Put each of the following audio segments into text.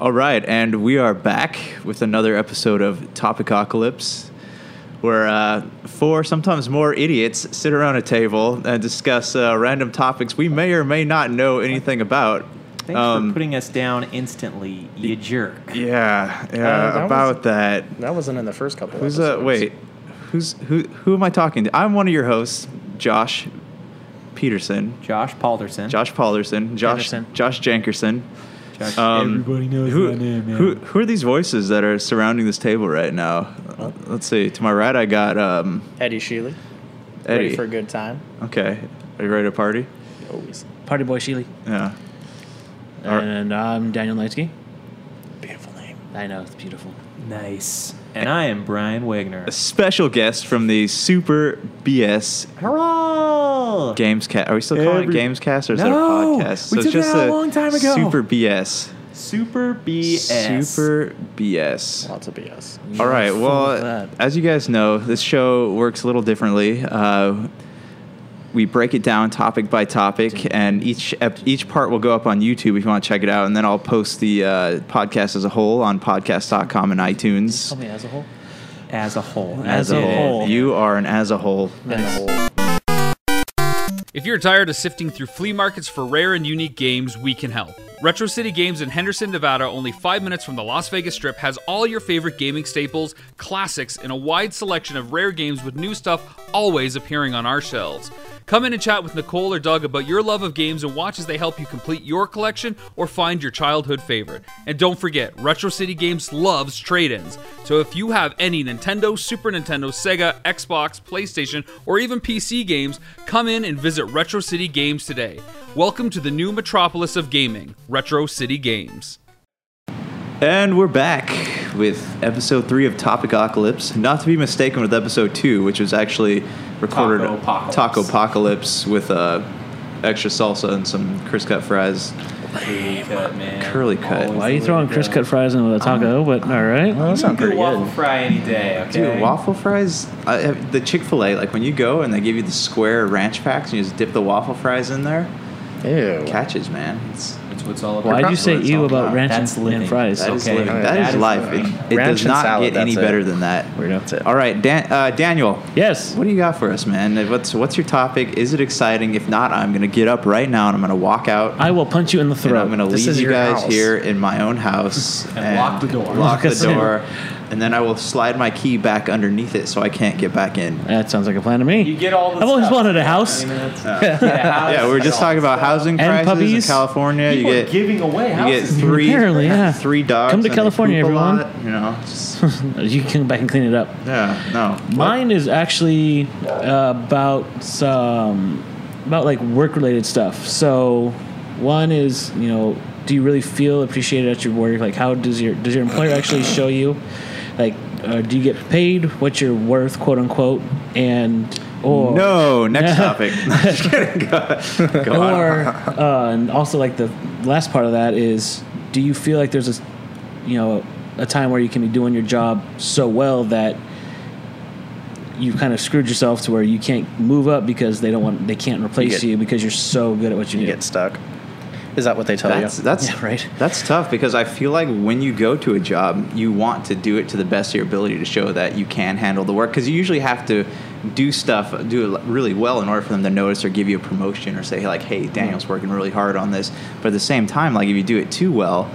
All right, and we are back with another episode of Topicocalypse, where uh, four, sometimes more idiots sit around a table and discuss uh, random topics we may or may not know anything about. Thanks Um, for putting us down instantly, you jerk. yeah, yeah, Uh, that about was- that. That wasn't in the first couple. Who's uh? episodes. Wait, who's who? Who am I talking to? I'm one of your hosts, Josh Peterson, Josh Palderson. Josh Palderson, Josh Jankerson. Josh Jankerson. Josh- Everybody knows who, Who, who are these voices that are surrounding this table right now? Uh, Let's see. To my right, I got um, Eddie Sheely. Eddie. Ready for a good time. okay, are you ready to party? Always. Party Boy Sheely. Yeah. All right. And I'm Daniel Nitsky. Beautiful name. I know, it's beautiful. nice. And I am Brian Wagner. A special guest from the Super BS Hurrah! Gamescast. Are we still calling Every- it Gamescast or is that a No! podcast? We it's took that out a long time ago. Super BS. Super BS. Super BS. Lots of BS. All right. full of Well, that. as you guys know, this show works a little differently. Uh, we break it down topic by topic, and each ep- each part will go up on YouTube if you want to check it out. And then I'll post the uh, podcast as a whole on podcast.com and iTunes. Tell me as a whole. as a whole. As a it. whole. you are an as a whole. If you're tired of sifting through flea markets for rare and unique games, we can help. Retro City Games in Henderson, Nevada, only five minutes from the Las Vegas Strip, has all your favorite gaming staples, classics, and a wide selection of rare games with new stuff always appearing on our shelves. Come in and chat with Nicole or Doug about your love of games and watch as they help you complete your collection or find your childhood favorite. And don't forget, Retro City Games loves trade ins. So if you have any Nintendo, Super Nintendo, Sega, Xbox, PlayStation, or even PC games, come in and visit Retro City Games today. Welcome to the new metropolis of gaming, Retro City Games. And we're back with episode three of Topicocalypse, not to be mistaken with episode two, which was actually recorded Tacopocalypse. Taco Apocalypse with uh, extra salsa and some crisp cut fries. Curly cut, man. Curly cut. Always Why Why are you the throwing way to Chris go. Cut Fries in with a taco? But all right. Oh, that You sounds can pretty do waffle good. fry any day, Dude, okay? waffle fries, I have, the Chick Fil A, like when you go and they give you the square ranch packs and you just dip the waffle fries in there, Ew. catches, man. It's, That's what it's all about. Why'd you say That's ew all about about- ranch That's and, living. and fries? that is Okay. living. That that is is life. living. It, it Ranch does and not salad, get any that's it. better than that. Weirdo. That's it. All right, Dan, uh, Daniel. Yes. What do you got for us, man? What's what's your topic? Is it exciting? If not, I'm gonna get up right now and I'm gonna walk out. I will punch you in the and throat. I'm gonna This leave is you your guys house. here in my own house And lock the door. Lock Lock the us in. door, and then I will slide my key back underneath it so I can't get back in. that sounds like a plan to me. You get all the I've always stuff. wanted a house. I mean, that's- Yeah, we were just talking about housing And prices puppies. in California. People you are get giving away you get houses. three Apparently, yeah. three dogs. Come to and they California, poop a everyone. lot, you know, just, You can come back and clean it up. yeah, no. Mine is actually uh, about some about like work related stuff. So one is you know do you really feel appreciated at your work? Like how does your does your employer actually show you? Like uh, do you get paid what you're worth, quote unquote, and or No, next topic. Just kidding. Go, go on. or uh, and also like the last part of that is do you feel like there's a you know a time where you can be doing your job so well that you've kind of screwed yourself to where you can't move up because they don't want they can't replace you, get- because you're so good at what you, You do. get stuck. Is that what they tell That's you? that's Yeah, right. That's tough because I feel like when you go to a job, you want to do it to the best of your ability to show that you can handle the work. Because you usually have to do stuff, do it really well in order for them to notice or give you a promotion or say like, "Hey, Daniel's working really hard on this." But at the same time, like if you do it too well,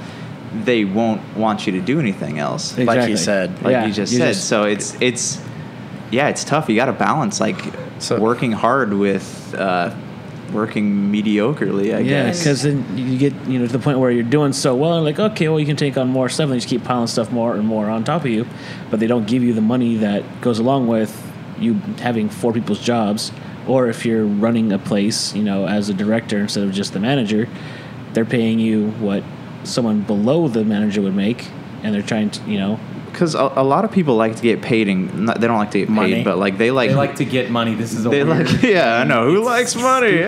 they won't want you to do anything else Like you said. like Yeah, you just said. so it's it's yeah, it's tough. You got to balance like So- working hard with uh, working mediocrely. I yeah, guess because then you get you know to the point where you're doing so well, and like okay, well you can take on more stuff, and they just keep piling stuff more and more on top of you, but they don't give you the money that goes along with you having four people's jobs, or if you're running a place, you know, as a director instead of just the manager, they're paying you what someone below the manager would make, and they're trying to you know because a, a lot of people like to get paid and not, they don't like to get paid, Money. but like they like They like to get money. This is a they weird- like- yeah. I know who likes money. Stupid.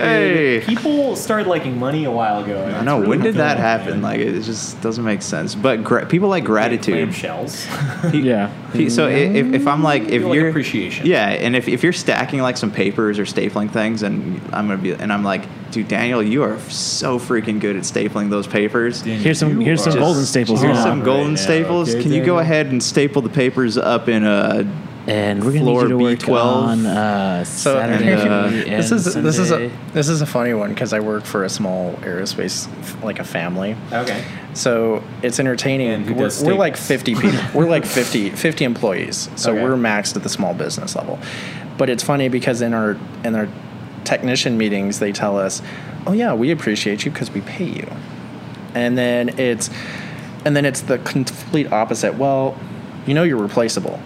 Hey, People started liking money a while ago. and I it's know really when did that good, happen? man. Like it just doesn't make sense. But gra- people like Clam gratitude. shells. yeah. Pe- So i- if, if I'm like if Feel like you're appreciation. yeah, and if, if you're stacking like some papers or stapling things, and I'm gonna be and I'm like, dude, Daniel, you are so freaking good at stapling those papers. Here's some- here's some Just- golden staples Here's now. some golden Right now, staples. okay, Can you go Daniel? ahead and staple the papers up in a? And we're going to Floor need you to work B12. on uh, So Saturday and, uh, and this is Sunday. this is a this is a funny one because I work for a small aerospace like a family. Okay. So it's entertaining. And who We're, does we're steak? like 50 people. we're like 50, 50 employees. So Okay. we're maxed at the small business level. But it's funny because in our in our technician meetings, they tell us, "Oh yeah, we appreciate you because we pay you," and then it's and then it's the complete opposite. Well, you know you're replaceable,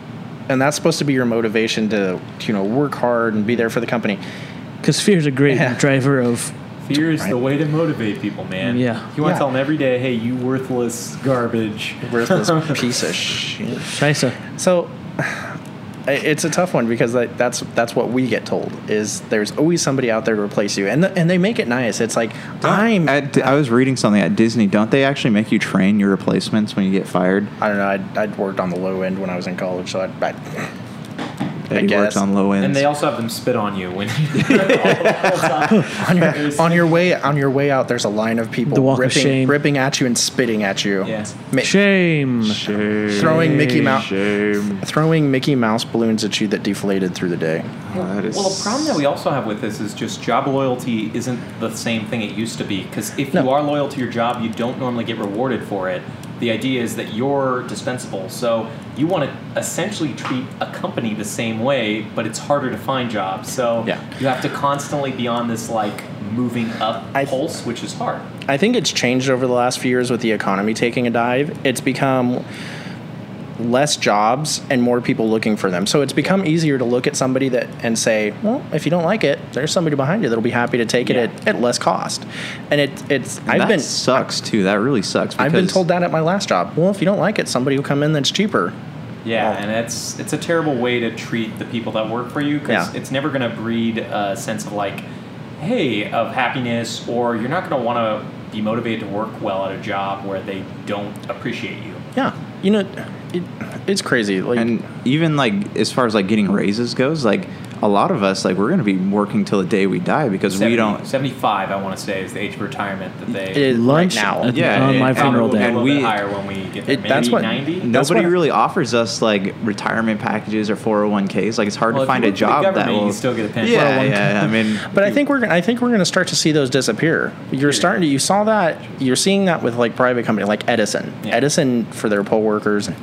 and that's supposed to be your motivation to you know work hard and be there for the company. Because fear's a great Yeah. driver of Fear is the way to motivate people, man. Yeah. You want to Yeah. tell them every day, hey, you worthless garbage. Worthless piece of shit. Scheiße. So i- it's a tough one because like, that's that's what we get told is there's always somebody out there to replace you, and th- and they make it nice. It's like Oh. I'm I, At, I was reading something at Disney. Don't they actually make you train your replacements when you get fired? don't know. I'd, I'd worked on the low end when I was in college, so I'd, i That he works guess. on low ends. And they also have them spit on you when on your on your way on your way out. There's a line of people The walk of ripping shame. ripping at you and spitting at you. Yeah. Ma- Shame. Throwing Mickey Mouse, Shame. throwing Mickey Mouse balloons at you that deflated through the day. That is- Well, the problem that we also have with this is just job loyalty isn't the same thing it used to be. Because if No. you are loyal to your job, you don't normally get rewarded for it. The idea is that you're dispensable. So you want to essentially treat a company the same way, but it's harder to find jobs. So Yeah. you have to constantly be on this like moving up I- pulse, which is hard. I think it's changed over the last few years with the economy taking a dive. It's become less jobs and more people looking for them. So it's become easier to look at somebody that and say, well, if you don't like it, there's somebody behind you that'll be happy to take Yeah. it at, at less cost. And it it's that I've been sucks too. That really sucks. I've been because- told that at my last job. Well, if you don't like it, somebody will come in that's cheaper. Yeah, Well- and it's it's a terrible way to treat the people that work for you because Yeah. it's never going to breed a sense of like, hey, of happiness, or you're not going to want to be motivated to work well at a job where they don't appreciate you. Yeah. You know, it, it's crazy. Like and even like as far as like getting raises goes like a lot of us like we're going to be working till the day we die because we don't seventy five. I want to say is the age of retirement that they it is Lunch right now. at- Yeah, on it- my it- funeral probably day. a little And bit we- higher when we get there, it- that's maybe what- ninety. That's nobody what- really offers us like retirement packages or 401ks like it's hard Well, to if you find a work for the job that government, you will still get a pension. yeah, yeah i mean But I think we're gonna- I think we're going to start to see those disappear. You're starting to you saw that you're seeing that with like private company like Edison. Yeah. Edison for their poll worers,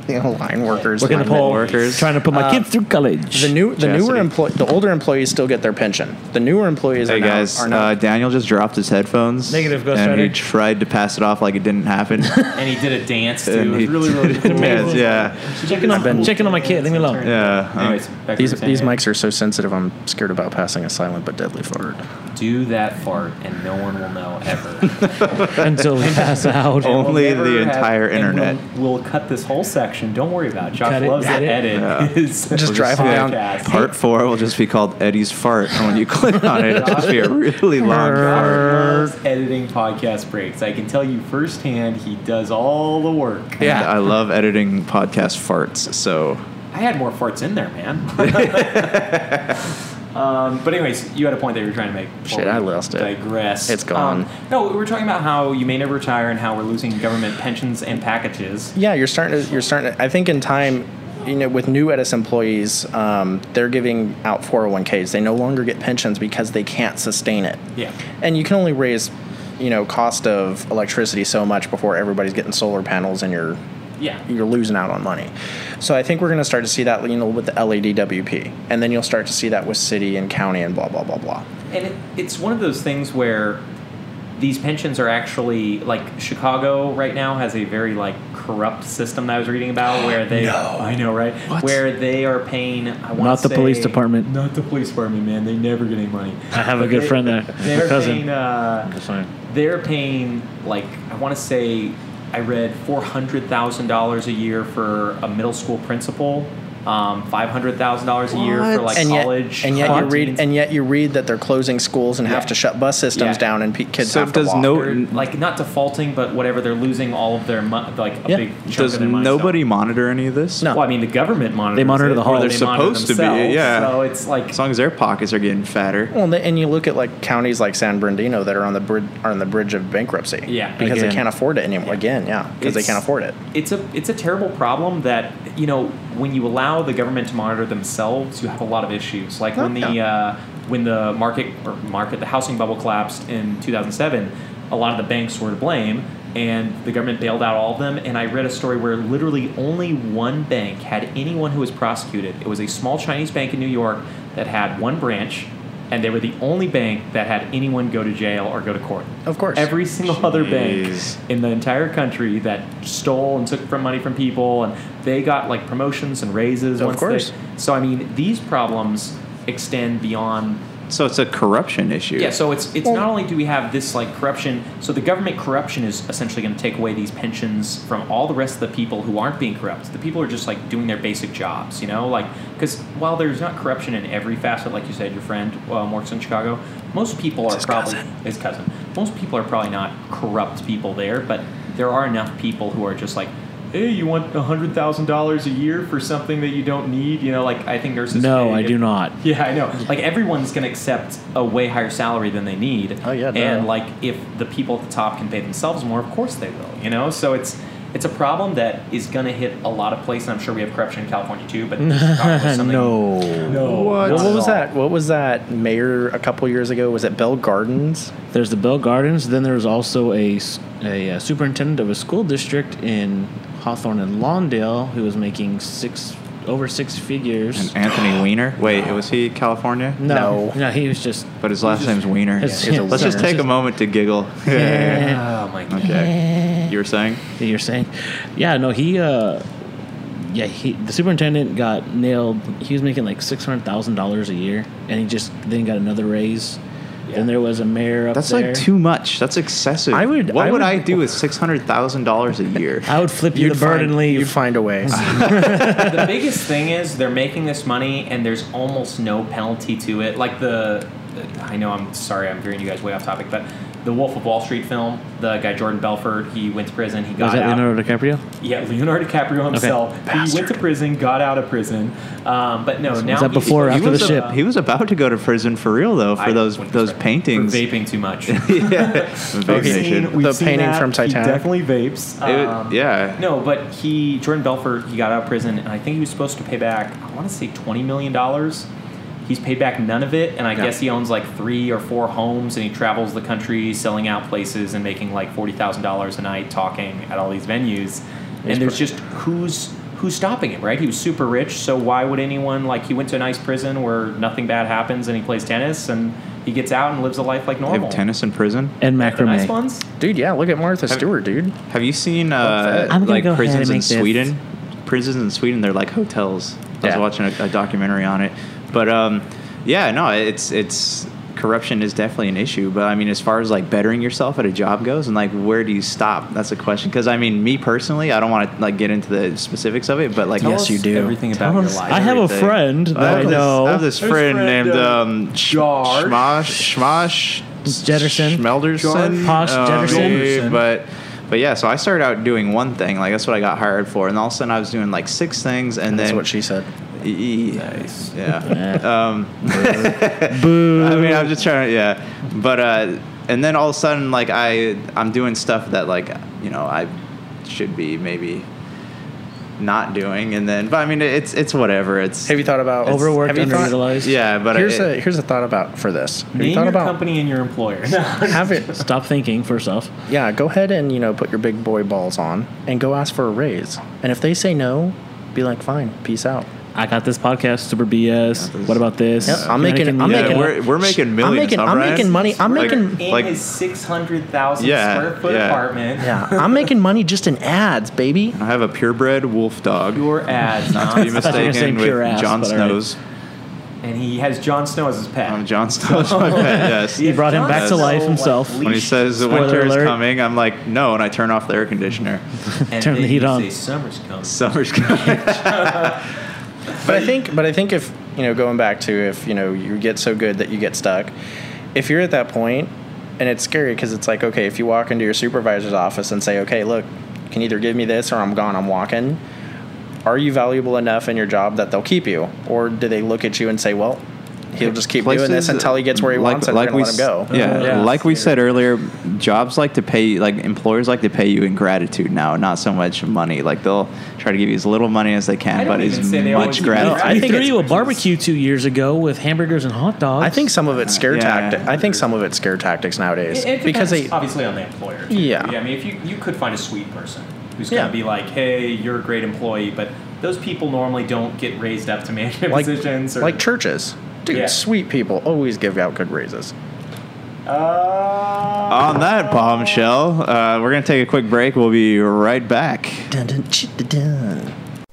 you know, line workers. We're going to linemen. pull workers. Trying to put my kids through college. Uh, the new the newer Chastity. employ the older employees still get their pension. The newer employees Hey are guys, now are now uh, Daniel just dropped his headphones. Negative, Ghost and he Rider. tried to pass it off like it didn't happen. and he did a dance too. It and was he really really cool. yeah, yeah, checking on, checking on my kid. Leave me alone. yeah. Anyways, back to these what you were these saying. mics are so sensitive. I'm scared about passing a silent but deadly fart. do that fart, and no one will know ever. Until we pass out. Oh. Only We'll never the entire and internet. We'll, we'll cut this whole section. Don't worry about it. Josh Cut it, loves cut to it. edit. Yeah. his Just drive them down. podcast. Part four will just be called Eddie's fart, and when you click on it, it'll just be a really long Josh fart. loves editing podcast breaks. I can tell you firsthand, he does all the work. Yeah, I love editing podcast farts. So I had more farts in there, man. um, but anyways, you had a point that you were trying to make. before Shit, I we lost it. Digress. It's gone. Um, no, we were talking about how you may never retire and how we're losing government pensions and packages. Yeah, you're starting to you're starting. To, I think in time. You know, with new Edison employees, um, they're giving out 401ks. They no longer get pensions because they can't sustain it. Yeah. and you can only raise you know cost of electricity so much before everybody's getting solar panels and you're Yeah. you're losing out on money so i think we're going to start to see that you know with the ledwp and then you'll start to see that with city and county and blah blah blah blah And it, it's one of those things where these pensions are actually like Chicago right now has a very like corrupt system that I was reading about where they I know right where they are paying I wanna Not the police say- deparament. not the police department man they never get any money I have a good friend there. He's my they're paying cousin. uh, That's fine. they're paying like I want to say I read four hundred thousand dollars a year for a middle school principal um, five hundred thousand dollars a year for What? like and yet, college. and yet you read, canteens. and yet you read that they're closing schools and have Yeah. to shut bus systems Yeah. down, and pe- kids So have to does walk. no- Oh, They're, like not defaulting, but whatever they're losing all of their money, like a Yeah. big chunk Does of their money. So- nobody monitor any of this? No. Well, I mean, the government monitors. They monitor it, the or whole- They're they monitor supposed to be, themselves, yeah. So it's like As long as their pockets are getting fatter. Well, and, they, and you look at like counties like San Bernardino that are on the brid- are on the bridge of bankruptcy. Yeah. because Again. they can't afford it anymore. Again, yeah, because they It's- can't afford it. it's a it's a terrible problem that you know when you allow the government to monitor themselves, you have a lot of issues. Like when the Yeah. uh, when the market or market the housing bubble collapsed in 2007, a lot of the banks were to blame, and the government bailed out all of them. And I read a story where literally only one bank had anyone who was prosecuted. It was a small Chinese bank in New York that had one branch. And they were the only bank that had anyone go to jail or go to court. Of course. every single other bank Jeez. in the entire country that stole and took from money from people, and they got like promotions and raises. Of once course. They, so I mean, these problems extend beyond. So it's a corruption issue. Yeah. So it's it's not only do we have this like corruption. So the government corruption is essentially going to take away these pensions from all the rest of the people who aren't being corrupt. The people who are just like doing their basic jobs. You know, like because while there's not corruption in every facet, like you said, your friend um, works in Chicago. Most people are his probably cousin. his cousin. Most people are probably not corrupt people there, but there are enough people who are just like, hey, you want hundred thousand dollars a year for something that you don't need? You know, like I think nurses. No, pay- I do not. Yeah, I know. Like everyone's gonna accept a way higher salary than they need. Oh, yeah, duh. and like if the people at the top can pay themselves more, of course they will. You know, so it's. It's a problem that is going to hit a lot of places. I'm sure we have corruption in California too, but it's probably something- no. Well, what was all. that? What was that mayor a couple years ago? Was it Bell Gardens? There's the Bell Gardens. Then there's also a, s- a, uh, superintendent of a school district in Hawthorne and Lawndale who was making six over six figures. And Anthony Weiner. Wait, was he California? no, No. no, he was just But his last name's Weiner. His- Yeah. Let's just his- take a moment to giggle. Oh my god! okay. You were saying? that you're saying. Yeah, no, he, uh, yeah, he, the superintendent got nailed. He was making like six hundred thousand dollars a year, and he just then got another raise. Then there was a mayor up That's like there. too much. That's excessive. I would- What I would, would- I do with six hundred thousand dollars a year? I would flip you the bird find, and You'd leave. find a way. the biggest thing is they're making this money and there's almost no penalty to it. Like the, I know I'm sorry, I'm veering you guys way off topic, but the Wolf of Wall Street film, the guy Jordan Belfort, he went to prison, he got Was that out. Leonardo DiCaprio? Yeah, Leonardo DiCaprio himself. He went to prison, got out of prison, um, but no, now that he- before or he after was the a- ship? he was about to go to prison for real though for I those wouldn't those expect- for paintings. vaping too much. yeah. Vape Nation. we've The seen painting that. from He Titanic. definitely Um, vapes. It- yeah. No, but he Jordan Belfort he got out of prison, and I think he was supposed to pay back. I want to say twenty million dollars. He's paid back none of it, and I Yeah. guess he owns like three or four homes, and he travels the country selling out places and making like forty thousand dollars a night talking at all these venues. And there's just who's who's stopping him, right? He was super rich, so why would anyone like he went to a nice prison where nothing bad happens, and he plays tennis, and he gets out and lives a life like They normal. have tennis in prison. And The nice macrame. ones. dude, yeah, look at Martha Stewart, dude. Have you seen uh, I'm gonna like go ahead prisons and in make this. Sweden? Prisons in Sweden, they're like hotels. I Yeah. was watching a, a documentary on it, but um, yeah, no, it's it's corruption is definitely an issue. But I mean, as far as like bettering yourself at a job goes, and like where do you stop? That's a question. Because I mean, me personally, I don't want to like get into the specifics of it, but like Tell us Everything about your life. I have a Everything. friend that I I, have this, know. I have this friend, named um, Sh- Josh. Schmosh Schmosh Jetterson. Schmelderson, Josh Jetterson. yeah, But but yeah, so I started out doing one thing, like that's what I got hired for, and all of a sudden I was doing like six things, and That's then what she said. nice, yeah. um, I mean, I'm just trying to, yeah. But, uh, and then all of a sudden, like, I, I'm doing stuff that, like, you know, I should be maybe not doing. And then, but I mean, it's, it's whatever. It's, Have you thought about It's- Overworked, Have you thought- underutilized. yeah, but here's it, a here's a thought about for this. Have you Name thought your about company and your employer. have it? Stop thinking, first off. Yeah, go ahead and you know put your big boy balls on and go ask for a raise. And if they say no, be like, fine, peace out. I got this podcast, Super BS. what about this? Yep, I'm Mannequin making- I'm Media. yeah, making- we're, we're making millions. I'm making huh, I'm Brian? making money. I'm Like- making in Like- his 600,000 Yeah, square foot yeah. apartment. yeah, I'm making money just in ads, baby. I have a purebred wolf dog. Your ads, Not to be nonsense. thought you were mistaken saying with pure ass, Jon but all right. Snow's. and he has Jon Snow as his pet. I'm Jon Snow's my pet, yes. He brought him back to Yes. life So, himself. like, When he leash. says the Spoiler winter is alert. coming, I'm like, no, and I turn off the air conditioner. And Turn the then heat you on. Say, Summer's coming. Summer's coming. But I think, but I think if you know, going back to if you know you get so good that you get stuck, if you're at that point, and it's scary because it's like okay, if you walk into your supervisor's office and say, okay, look, you can either give me this or I'm gone, I'm walking. Are you valuable enough in your job that they'll keep you, or do they look at you and say, well, he'll just keep doing this Places, until he gets where he like- wants, and like we're we gonna let s- him go? Yeah, Yeah. like we said earlier, jobs like to pay, like employers like to pay you in gratitude now, not so much money. Like they'll try to give you as little money as they I can, don't but as even say they always much do gratitude. that. I I think threw it's- you a barbecue two years ago with hamburgers and hot dogs. I think some of it's scare Yeah. tactic. I think some of it's scare tactics It, nowadays it depends, because they obviously on the employer. too. Yeah. I mean, if you you could find a sweet person who's Yeah. going to be like, hey, you're a great employee, but those people normally don't get raised up to management like positions. Or, like churches. Dude, Yeah. sweet people always give out good raises. uh, On that bombshell, uh, we're going to take a quick break. We'll be right back.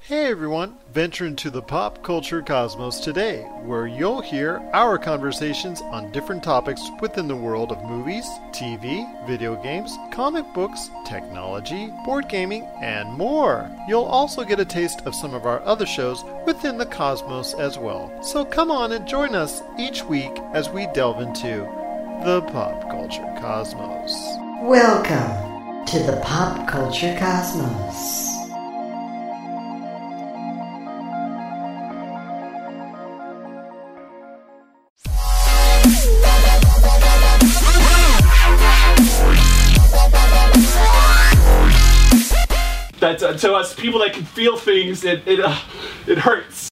Hey everyone, venture into the pop culture cosmos today, where you'll hear our conversations on different topics within the world of movies, TV, video games, comic books, technology, board gaming, and more. You'll also get a taste of some of our other shows within the cosmos as well. So come on and join us each week as we delve into the pop culture cosmos. Welcome to the Pop Culture Cosmos. That's uh, to us people that can feel things. It it uh, it hurts.